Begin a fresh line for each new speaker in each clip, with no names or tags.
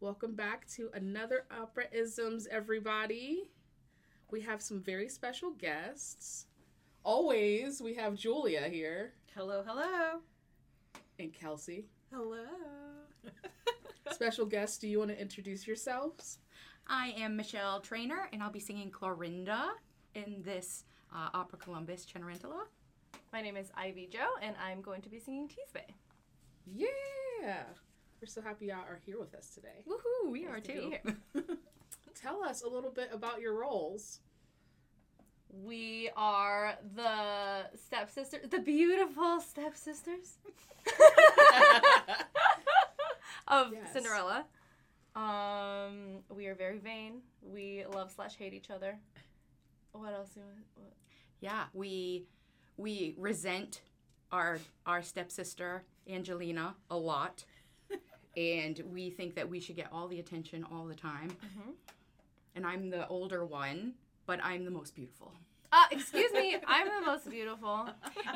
Welcome back to another Opera Isms, everybody. We have some very special guests. Always, we have Julia here
Hello, hello.
and Kelsey.
Hello.
special guests, do you want to introduce yourselves?
I am Michelle Trainer, and I'll be singing Clorinda in this uh, Opera Columbus Cenerentola.
My name is Ivy Joe, and I'm going to be singing Teasbay.
Yeah. We're so happy y'all are here with us today.
Woohoo! We
Nice
are
to be
too.
Tell us a little bit about your roles.
We are the stepsisters, the beautiful stepsisters of
Yes.
Cinderella. Um, we are very vain. We love slash hate each other. What else? Do you want, what?
Yeah, we we resent our our stepsister Angelina a lot, and we think that we should get all the attention all the time. And I'm the older one, but I'm the most beautiful.
Uh, excuse me, I'm the most beautiful.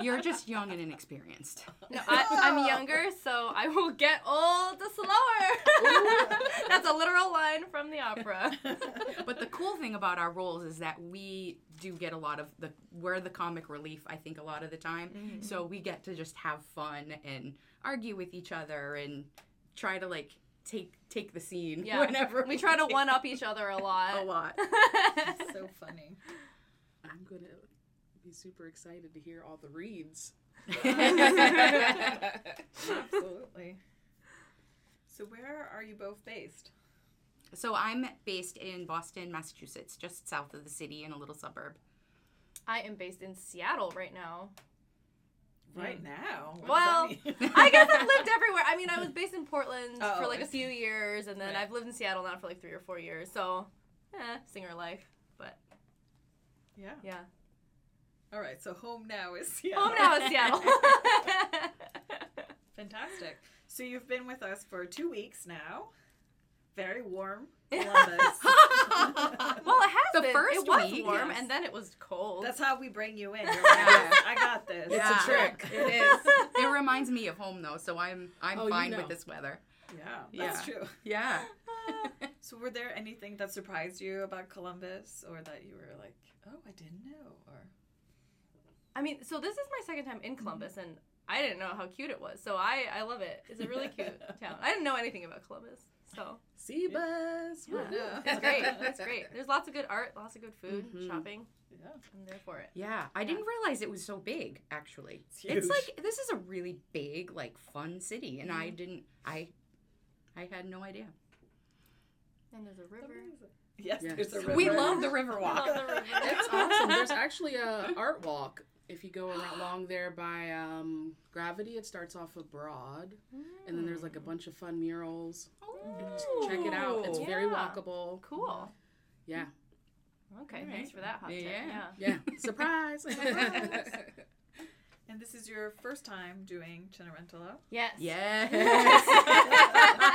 You're just young and inexperienced.
No, I, I'm younger, so I will get old slower. That's a literal line from the opera.
But the cool thing about our roles is that we do get a lot of the we're the comic relief I think a lot of the time. So we get to just have fun and argue with each other and try to like take take the scene
Yeah,
whenever Oh,
we try to one up each other a lot.
a lot.
so funny.
I'm going to be super excited to hear all the reads.
Absolutely. So where are you both based?
so I'm based in Boston, Massachusetts, just south of the city in a little suburb.
I am based in Seattle right now.
Right now. What does that
Well,
mean?
I guess I've lived everywhere. I mean, I was based in Portland
Oh,
for like
I
a few years, and then
Right.
I've lived in Seattle now for like three or four years. So, eh, singer life. But
Yeah.
yeah,
All right. So home now is Seattle.
home now is Seattle.
Fantastic. So you've been with us for two weeks now. Very warm Columbus.
well, it has
The
been.
first
it was
week,
warm,
yes.
and then it was cold.
That's how we bring you in. You're like,
Yeah.
I got this.
It's
Yeah.
a trick.
It is.
It reminds me of home though, so I'm I'm
Oh, you
fine
know.
with this weather.
Yeah,
Yeah.
that's true.
Yeah.
So, were there anything that surprised you about Columbus, or that you were like, "Oh, I didn't know," or
I mean, so this is my second time in Columbus, and I didn't know how cute it was. So I, I love it. It's a really cute town. I didn't know anything about Columbus, so
Sea bus.
Yeah.
No.
it's great. It's great. There's lots of good art, lots of good food,
Mhm.
shopping.
yeah,
I'm there for it.
Yeah, I didn't realize it was so big. Actually,
It's
it's,
huge.
like this is a really big, like fun city, and
Mm-hmm.
I didn't, I, I had no idea.
And there's a river.
Yes,
Yes.
there's a river.
We love the
I love
Riverwalk.
the river.
That's awesome. There's actually a art walk if you go around along there by um, Gravity. It starts off with Broad, and then there's like a bunch of fun murals. Check it out. It's very
Oh. Yeah.
walkable.
cool.
Yeah.
Okay.
Alright.
Thanks for that hot tip.
Yeah.
Yeah.
Yeah. Surprise.
Surprise. And this is your first time doing Cenerentola.
Yes.
Yes.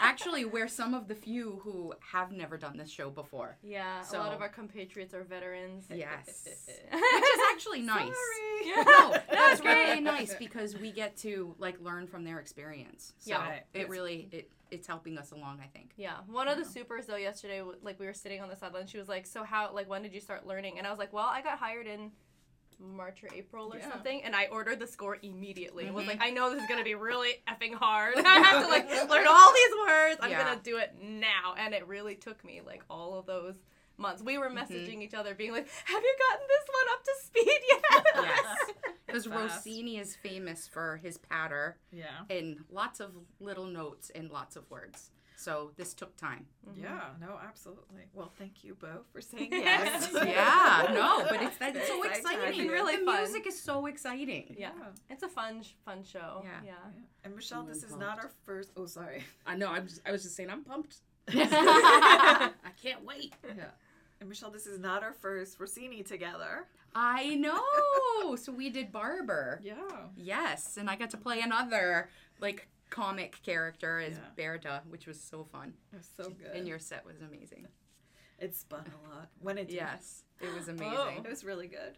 Actually, we're some of the few who have never done this show before.
yeah. A lot
So-
of our compatriots are veterans.
Yes, which
Which
is actually nice.
Sorry.
Yeah.
No, that's
it's great.
really nice because we get to like learn from their experience. So
Yeah.
Right.
it really it it's helping us along. I think.
Yeah, one of the supers though yesterday, w- like we were sitting on the sideline, she was like, "So how? Like when did you start learning?" And I was like, "Well, I got hired in March or April or
Yeah.
something," and I ordered the score immediately. I was
Mhm.
like, "I know this is gonna be really effing hard. I have to like learn all these words. I'm
Yeah.
gonna do it now." And it really took me like all of those months. We were messaging each other, being like, "Have you gotten this one up to speed yet?"
Yes. Because
Fast.
Rossini is famous for his patter
Yeah.
and lots of little notes and lots of words. So this took time.
Mm-hmm.
Yeah. No, absolutely. Well, thank you both for saying yes.
yeah, no, but it's that it's so
Very exciting.
exciting.
Really
the
fun.
music is so exciting.
yeah. It's a fun, sh- fun show.
Yeah.
yeah.
Yeah. And Michelle,
I'm
this is not our first. Oh, sorry.
I know. I'm. Just, I was just saying. I'm pumped. I can't wait.
Yeah. And Michelle, this is not our first Rossini together.
I know. So we did Barber.
Yeah.
Yes, and I got to play another like comic character as
Yeah.
Berta, which was so fun.
It was so good.
And your set was amazing.
it spun a lot when it did. Oh.
Yes, it was amazing.
It was really good.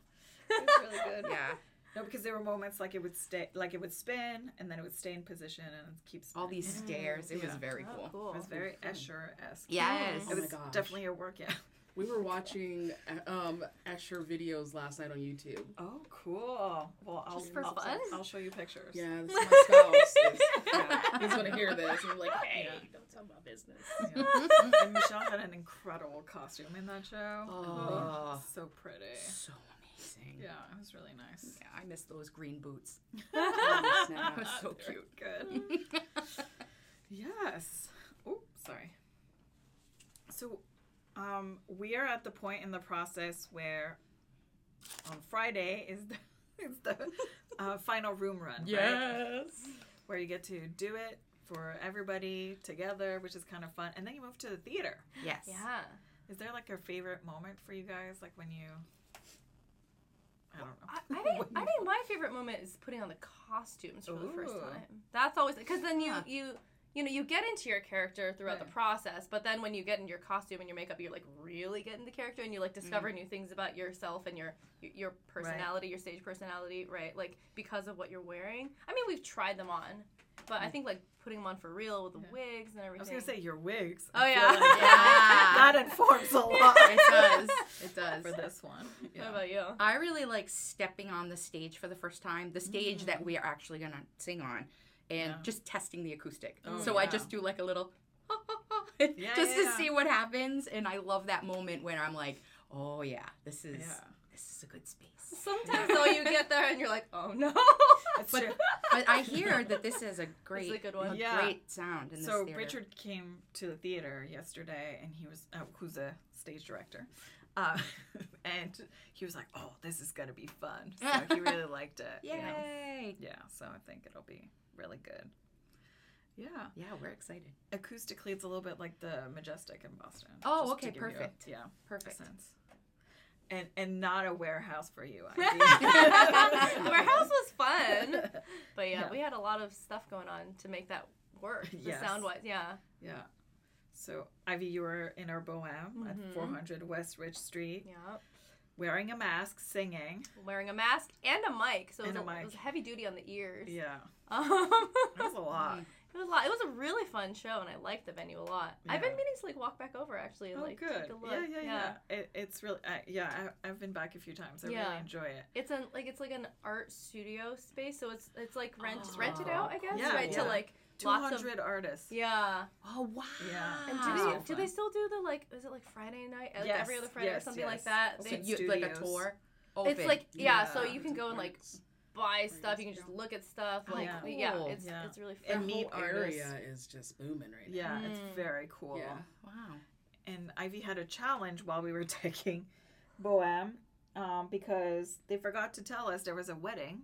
It was really good.
Yeah.
No, because there were moments like it would stay, like it would spin, and then it would stay in position and keep spinning.
All these stairs. It was
Yeah.
very
Oh,
cool.
cool.
It was very Escher esque.
Yes.
Oh
It
my
was
gosh.
definitely a workout.
We were watching uh, um, Escher videos last night on YouTube.
Oh, cool. Well, I'll
Just for
I'll,
fun?
I'll show you pictures.
Yeah, this is my spouse.
Yeah.
He's gonna hear this. and be like, hey, don't tell my business.
Yeah. and Michelle had an incredible costume in that show.
Oh.
so pretty.
so amazing.
Yeah, it was really nice.
Yeah, I miss those green boots.
Oh,
That was
snap.
so
Very
cute.
Good. Yes. Oh, sorry. So, um, we are at the point in the process where on Friday is the, is the uh, final room run. Right? Where you get to do it for everybody together, which is kind of fun. And then you move to the theater.
Yes.
Yeah.
Is there like a favorite moment for you guys? Like when you. I don't know.
I, I think I think my favorite moment is putting on the costumes for the first
Ooh.
time. That's always because then you
Yeah.
you you know you get into your character throughout the
Right.
process, but then when you get in your costume and your makeup, you're like really get in the character and you like discover
Mm.
new things about yourself and your your personality, your stage personality, right? Like because of what you're wearing. I mean, we've tried them on, but I think like putting them on for real with the
Mm. Yeah.
wigs and everything.
I was going to say your wigs.
Oh,
I feel
yeah.
like
Yeah.
that informs a lot
It does. It does.
for this one.
How about you?
I really like stepping on the stage for the first time, the stage that we are actually going to sing on, and
Yeah.
just testing the acoustic.
Oh,
so I
yeah.
just do like a little, just
Yeah,
to
yeah,
see what happens. And I love that moment when I'm like, oh yeah, this is
Yeah.
this is a good space.
Sometimes though you get there and you're like, oh no.
It's
But-
true.
But I hear that this is a great,
a good one.
a
Yeah.
great sound in
so
this theater.
Richard came to the theater yesterday, and he was oh, who's a stage director, uh, and he was like, "Oh, this is gonna be fun." So he really liked it. you know.
Yay!
Yeah. So I think it'll be really good. Yeah.
Yeah, we're excited.
Acoustically, it's a little bit like the majestic in Boston.
Oh,
just to
okay,
give you a-
perfect.
yeah. a
Perfect.
Sense. And and not a warehouse for you. Ivy.
Our house was fun. But yeah,
Yeah.
we had a lot of stuff going on to make that work. The
Yes.
sound wise, yeah.
Yeah. So Ivy, you were in our bohem
Mm-hmm.
at 400 West Ridge Street,
Yeah.
wearing a mask, singing.
Wearing a mask and a mic. So it was,
And a
a- it was
mic.
heavy duty on the ears.
Yeah,
Um,
that was a lot.
it was a lot. It was a really fun show and I liked the venue a lot. I've been
Yeah.
meaning to like walk back over actually and
Oh,
like
good.
take a look.
Yeah, yeah, yeah. It, it's really, I, yeah. I, I've been back a few times. I really
Yeah.
enjoy it.
It's an like it's like an art studio space, so it's it's like rent
Oh,
rented out, I guess.
Yeah,
right
yeah.
to like
Two
lots of
hundred artists.
Yeah.
Oh wow!
Yeah.
And
Ah.
do
So
they, do they
fun.
still do the like? Is it like Friday night? ev-
Yes,
every other Friday or
yes,
something
yes.
like that.
Also
They,
you-
So you like a
Studios.
tour? Open.
it's like yeah,
Yeah.
So you can go and like buy stuff. You can just look at stuff.
Oh,
Like
cool.
yeah, it's
Yeah.
it's really fun.
The
and meet
whole area
artists.
is just booming right now.
Yeah, it's
Mm.
very cool.
Yeah.
wow.
And Ivy had a challenge while we were taking Bohem um, because they forgot to tell us there was a wedding.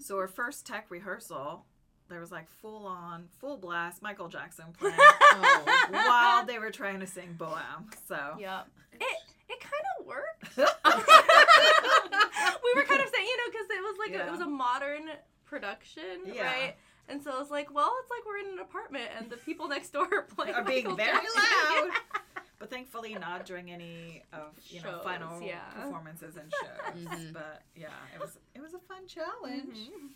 So our first tech rehearsal, there was like full on, full blast Michael Jackson playing
Oh,
while they were trying to sing Bohem. So
yeah, it it kind of worked.
yeah.
we were kind of saying you know because it was like a,
Yeah.
it was a modern production,
Yeah.
right? And so I was like, well, it's like we're in an apartment and the people next door are playing
are being
Michael
very
Jackson.
loud. But thankfully, not during any of you know
Shows,
final
yeah.
performances and shows.
Mm-hmm.
Mhm.
But yeah, it was it was a fun challenge.
Mhm.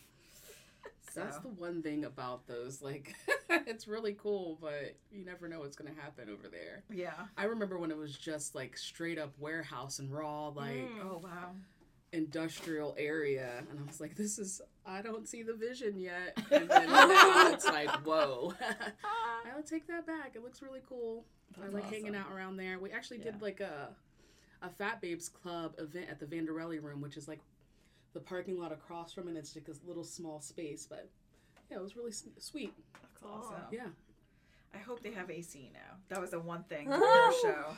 So
that's the one thing about those. Like, it's really cool, but you never know what's gonna happen over there.
yeah.
I remember when it was just like straight up warehouse and raw, like
Mm.
Oh wow.
industrial area, and I was like, "This is I don't see the vision yet." And then now it's like, "Whoa."
Ah.
I'll take that back. It looks really cool. I like hanging out around there. We actually did
Yeah.
like a a Fat Babes Club event at the Vanderelli Room, which is like the parking lot across from, and it's like a little small space, but yeah, it was really s- sweet.
That's awesome.
Yeah,
I hope they have AC now. That was the one thing from our show.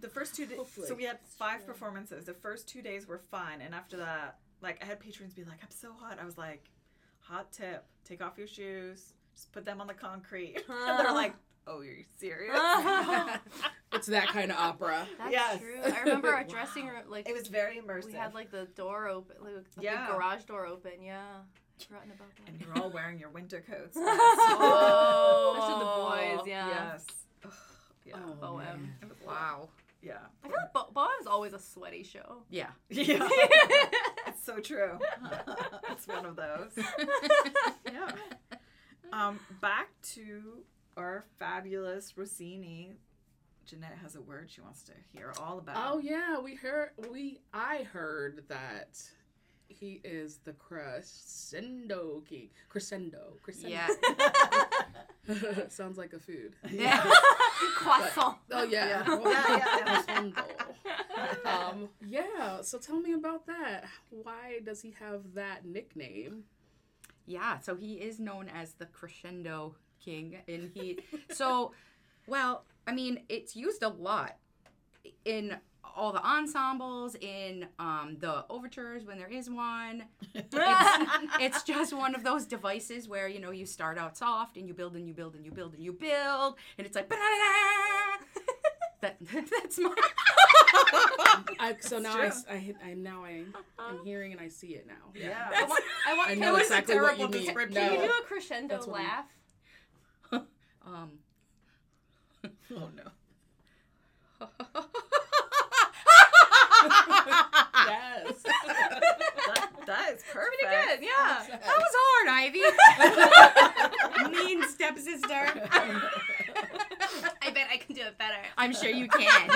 The first two days, so
Hopefully.
we had five performances. The first two days were fun, and after that, like I had patrons be like, "I'm so hot." I was like, "Hot tip: take off your shoes, just put them on the concrete." and they're like, "Oh, you're serious?"
it's that kind of opera.
That's
Yes.
true. I remember our
Wow.
dressing room, like
it was very immersive.
we had like the door open, like the
Yeah.
big garage door open. Yeah, I'd forgotten about
and
that.
you're all wearing your winter coats.
Oh, especially the boys. Yeah.
Yes. Ugh, yeah.
Oh,
OM.
man.
It was a lot.
Wow.
Yeah.
I feel like Bo- Bottom is always a sweaty show.
Yeah.
Yeah. That's so true. it's one of those. Yeah. Um, back to our fabulous Rossini. Jeanette has a word she wants to hear all about.
Oh yeah, we heard we I heard that he is the crescendo king. Crescendo. Crescendo.
yeah.
Sounds like a food.
Yeah.
Croissant.
Oh yeah.
Yeah.
Yeah,
Crescendo. Um yeah, so tell me about that. Why does he have that nickname?
Yeah, so he is known as the crescendo king and he so well, I mean, it's used a lot in all the ensembles, in um, the overtures when there is one. It's, it's just one of those devices where, you know, you start out soft and you build and you build and you build and you build and it's like "Ba-da-da-da." that, that's my
I, so now I,
true.
s- I hit- I now I am hearing and I see it now.
Uh-huh. Yeah.
I want. I want.
I
Can,
know
we-
exactly what you mean.
description.
can you
No.
do a crescendo
That's what I'm-
laugh?
um
Oh no.
Ah. Yes.
That, that is perfect.
Pretty good. Yeah.
That was hard, Ivy. mean stepsister.
I bet I can do it better.
I'm sure you can.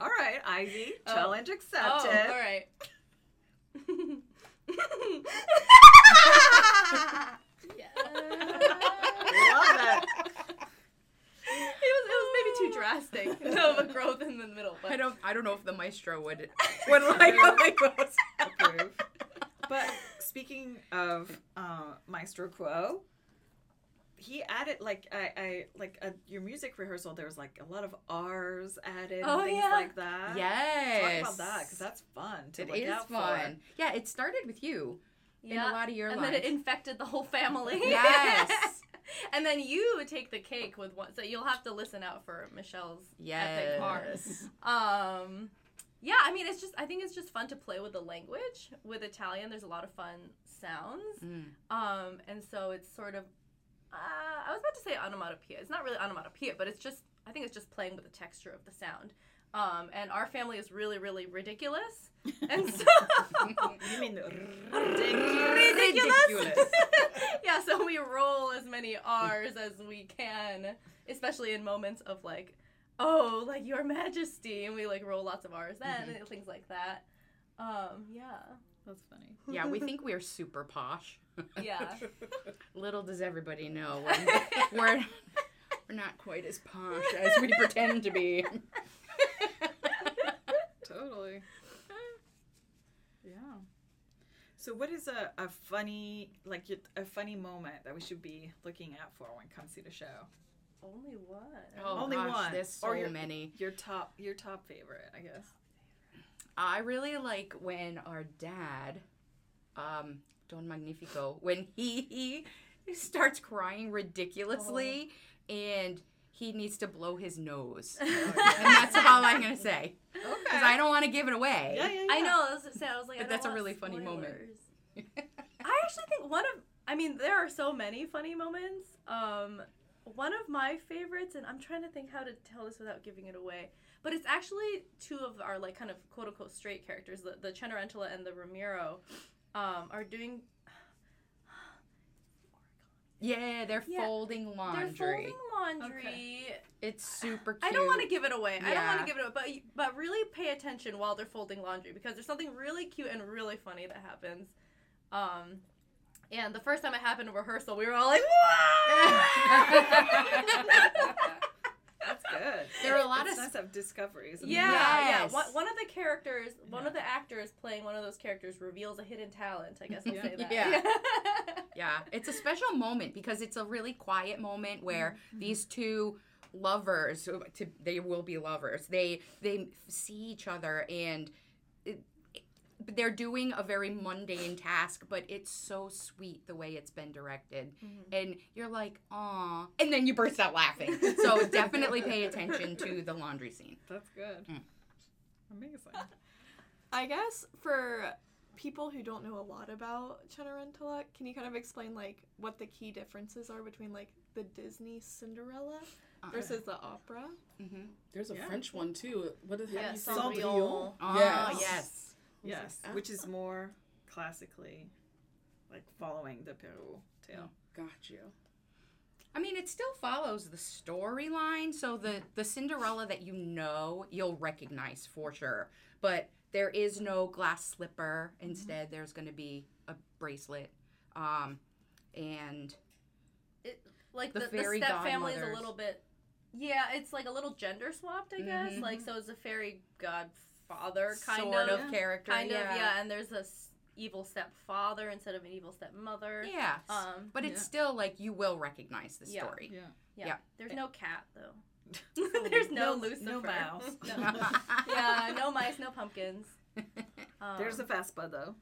All right, Ivy. Challenge
Oh,
accepted.
all right.
Love it.
It was, it was maybe too drastic. No, the growth in the middle. But
I don't. I don't know if the maestro would would like those.
Approve. But speaking of uh, Maestro Quo, he added like I, I like uh your music rehearsal. There was like a lot of R's added, and
Oh,
things
yeah.
like that.
Yes.
Talk about that because that's fun to
It
look
is
out
fun. Yeah, it started with you in a lot of your
and
life.
then it infected the whole family.
yes.
and then you take the cake with one. So you'll have to listen out for Michelle's epic bars.
Yes.
Um, yeah, I mean, it's just I think it's just fun to play with the language. With Italian, there's a lot of fun sounds.
Mm.
Um, and so it's sort of, uh, I was about to say onomatopoeia. It's not really onomatopoeia, but it's just, I think it's just playing with the texture of the sound. Um, and our family is really, really ridiculous. And so,
for. You mean ridiculous?
ridiculous. yeah, so we roll as many R's as we can, especially in moments of like, oh, like your majesty. And we like roll lots of R's then
Mm-hmm.
and things like that. Um, yeah.
That's funny.
Yeah, we think we're super posh.
Yeah.
Little does everybody know we're, we're we're not quite as posh as we pretend to be.
Totally. Yeah. So, what is a, a funny like y- a funny moment that we should be looking out for when come see the show?
Only one.
Oh
Only
gosh,
one.
there's so
Or your-
many.
Your top your top favorite, I guess.
I really like when our dad, um, Don Magnifico, when he, he starts crying ridiculously
Oh.
and he needs to blow his nose. and that's all I'm gonna say
Okay.
because I don't want to give it away.
yeah, yeah, yeah.
I know. That's what I, said. I was like, I don't
But that's a
want
really funny moment.
spoilers. I actually think one of, I mean, there are so many funny moments. Um, one of my favorites, and I'm trying to think how to tell this without giving it away, but it's actually two of our like kind of quote unquote straight characters, the the Cenerentola and the Ramiro, um, are doing.
yeah, they're
Yeah,
folding laundry.
They're folding laundry.
It's super cute.
I don't want to give it away. I don't want
Yeah.
to give it away. But but really pay attention while they're folding laundry because there's something really cute and really funny that happens. Um, and the first time it happened in rehearsal, we were all like, "Whoa!"
That's good.
There are a lot
it's
of
nice to have discoveries. and-
Yeah, yeah.
Yes.
One, one of the characters, one of the actors playing one of those characters reveals a hidden talent. I guess I'll say that.
Yeah. Yeah, it's a special moment because it's a really quiet moment where these two lovers, who- to, they will be lovers. They they see each other and it, it- they're doing a very mundane task, but it's so sweet the way it's been directed, and you're like, "Aw!" and then you burst out laughing. so definitely pay attention to the laundry scene.
That's good.
Mm.
Amazing.
I guess for people who don't know a lot about Cenerentola, can you kind of explain like what the key differences are between like the Disney Cinderella
Uh-huh.
versus the opera.
Mm-hmm.
There's a
Yeah.
French one too. What is
Yeah,
have you seen?
Sangreal.
Sangreal?
Ah,
Yes.
yes.
Yes,
like,
which is more classically like following the Peru tale.
Got you.
I mean, it still follows the storyline, so the the Cinderella that you know, you'll recognize for sure. But there is no glass slipper.
Mm-hmm.
Instead, there's going to be a bracelet, um, and
like
The
the, the,
fairy
step family is a
godmothers.
little bit yeah it's like a little gender swapped i guess
Mhm.
like so it's a fairy godfather kind
sort
of,
of, character,
kind
yeah.
of yeah and there's a s- evil stepfather instead of an evil stepmother
Yes.
um
but
yeah.
it's still like you will recognize the
Yeah.
story.
Yeah.
yeah.
Yeah.
there's no cat though there's no, lucifer
No mouse.
No. yeah no mice no pumpkins um,
There's a Vespa though.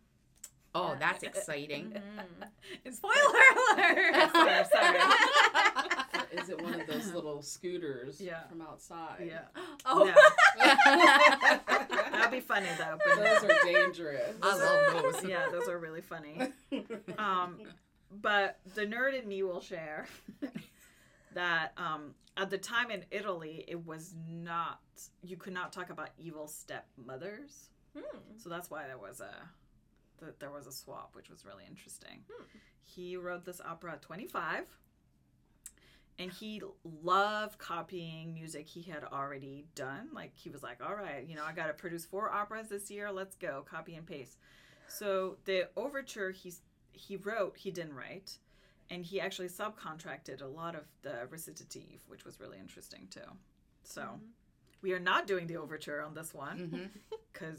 oh, that's exciting.
mm.
It's
spoiler alert
Sorry, sorry.
Is it one of those little scooters
Yeah.
from outside?
Yeah.
oh
No. That'd be funny though. But no.
Those are dangerous.
I love those.
yeah, those are really funny. Um, but the nerd in me will share that um, at the time in Italy, it was not you could not talk about evil stepmothers,
Hmm.
so that's why there was a that there was a swap, which was really interesting. He wrote this opera at 25. And he loved copying music he had already done. Like he was like, "All right, you know, I got to produce four operas this year. Let's go, copy and paste." So the overture he's he wrote, he didn't write, and he actually subcontracted a lot of the recitative, which was really interesting too. So
Mm-hmm.
we are not doing the overture on this
Mm-hmm,
one because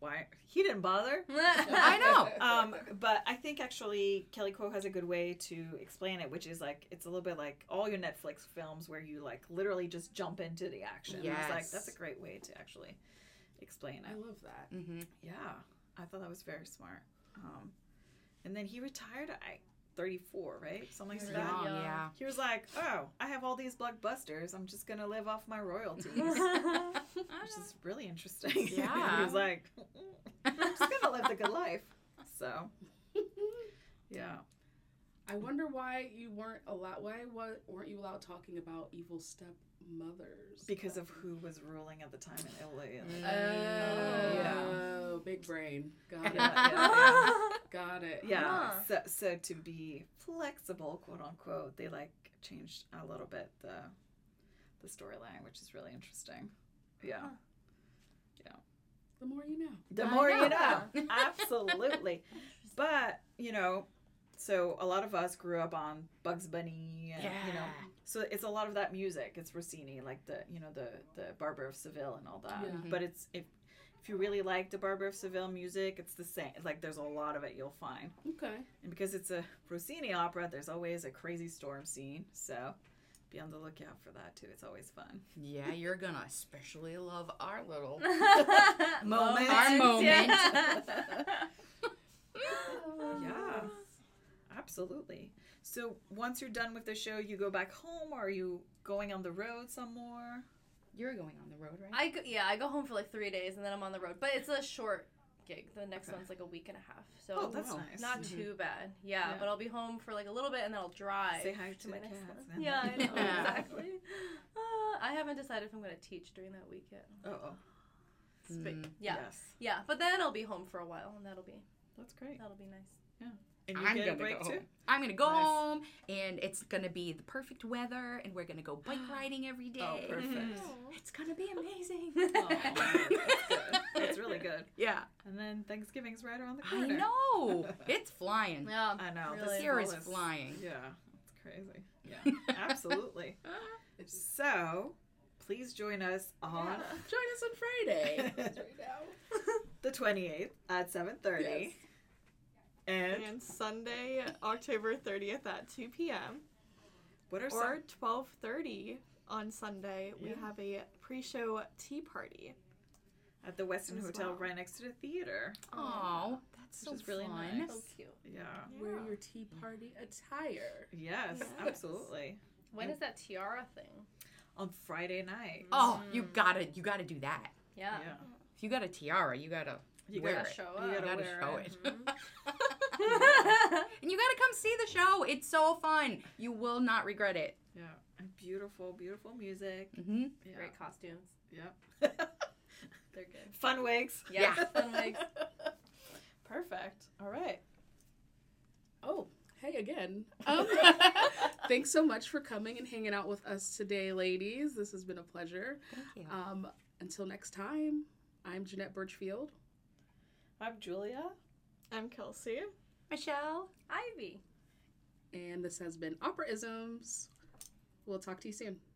why he didn't bother.
I know.
Um, but I think actually Kelly Coe has a good way to explain it, which is like it's a little bit like all your Netflix films where you like literally just jump into the action. It's like
Yes.
that's a great way to actually explain
I
it.
love that.
hmm
Yeah, I thought that was very smart. Um, and then he retired at like, 34, right? Something like that.
Young,
Yeah.
yeah.
He was like, "Oh, I have all these blockbusters. I'm just gonna live off my royalties," which
yeah
is really interesting. he
Yeah.
was like, Uh, "I'm just gonna live the good life." So, yeah,
I wonder why you weren't allowed. Why wa- weren't you allowed talking about evil stepmothers?
because of who was ruling at the time in Italy.
oh,
Yeah.
big brain. Got
Yeah,
it.
yeah,
Got it.
yeah. yeah.
Huh.
So, so to be flexible, quote unquote, they like changed a little bit the the storyline, which is really interesting. Yeah.
The more you know.
The
I
more you know.
know.
Absolutely. but, you know, so a lot of us grew up on Bugs Bunny and you know
Yeah.
so it's a lot of that music. It's Rossini, like the you know, the the Barber of Seville and all that.
Yeah. Mhm.
But it's if if you really like the Barber of Seville music, it's the same like there's a lot of it you'll find.
Okay.
And because it's a Rossini opera, there's always a crazy storm scene. So be on the lookout for that too. It's always fun.
Yeah, you're gonna especially love our little
Moment.
our moment.
Yeah, absolutely. So once you're done with the show, you go back home. Or are you going on the road some more?
You're going on the road, right?
I go, yeah, I go home for like three days and then I'm on the road. But it's a short gig. The next
Okay.
one's like a week and a half, so
Oh, that's
wow.
nice.
not too bad. Yeah,
Yeah.
but I'll be home for like a little bit and then I'll drive
Say hi
to
to
my
the
next
cats.
one. Yeah, I know
Yeah.
exactly. Uh, I haven't decided if I'm gonna teach during that week yet.
Oh, oh,
It's
Mm.
big- Yeah,
yes,
yeah, but then I'll be home for a while and that'll be
that's great.
that'll be nice.
And you
I'm
get a
gonna
break
go
too.
home. I'm gonna go
Nice.
home, and it's gonna be the perfect weather, and we're gonna go bike riding every day.
Oh, perfect.
It's gonna be amazing.
Oh,
Mm-hmm.
that's good. That's really good.
yeah,
And then Thanksgiving's right around the
I
corner.
know it's flying.
Yeah,
I know.
Really.
This
Here
fall
is flying.
Yeah, it's crazy. Yeah, absolutely.
It's
So please join us on
Join us on Friday. It's right now.
the 28th at 7:30.
Yes.
And
And Sunday, October 30th at 2 p.m.
what are
or
some
12:30 on Sunday, we
Yeah.
have a pre-show tea party.
at the Weston
as
Hotel
well.
right next to the theater?
Oh, that's so
Which is really
fun.
nice.
so cute.
Yeah.
Wear your tea party attire.
Yes,
Yes.
absolutely.
When is that tiara thing?
On Friday night.
Oh, you gotta you gotta do that.
Yeah,
Yeah.
If you got a tiara, you gotta
You
wear
gotta
it.
show
You
You
up. Mm-hmm.
gotta
gotta
wear
show
it.
it. and you gotta come see the show. It's so fun. You will not regret it.
Yeah. And beautiful, beautiful music.
Mm-hmm.
Yeah.
Great costumes.
Yep.
They're good.
Fun wigs.
Yeah.
Yeah.
Fun wigs.
Perfect. All right.
Oh, hey again. Um, thanks so much for coming and hanging out with us today, ladies. This has been a pleasure.
Thank you.
Um, until next time, I'm Jeanette Birchfield.
I'm Julia.
I'm Kelsey.
Michelle.
Ivy.
and this has been Operaisms. We'll talk to you soon.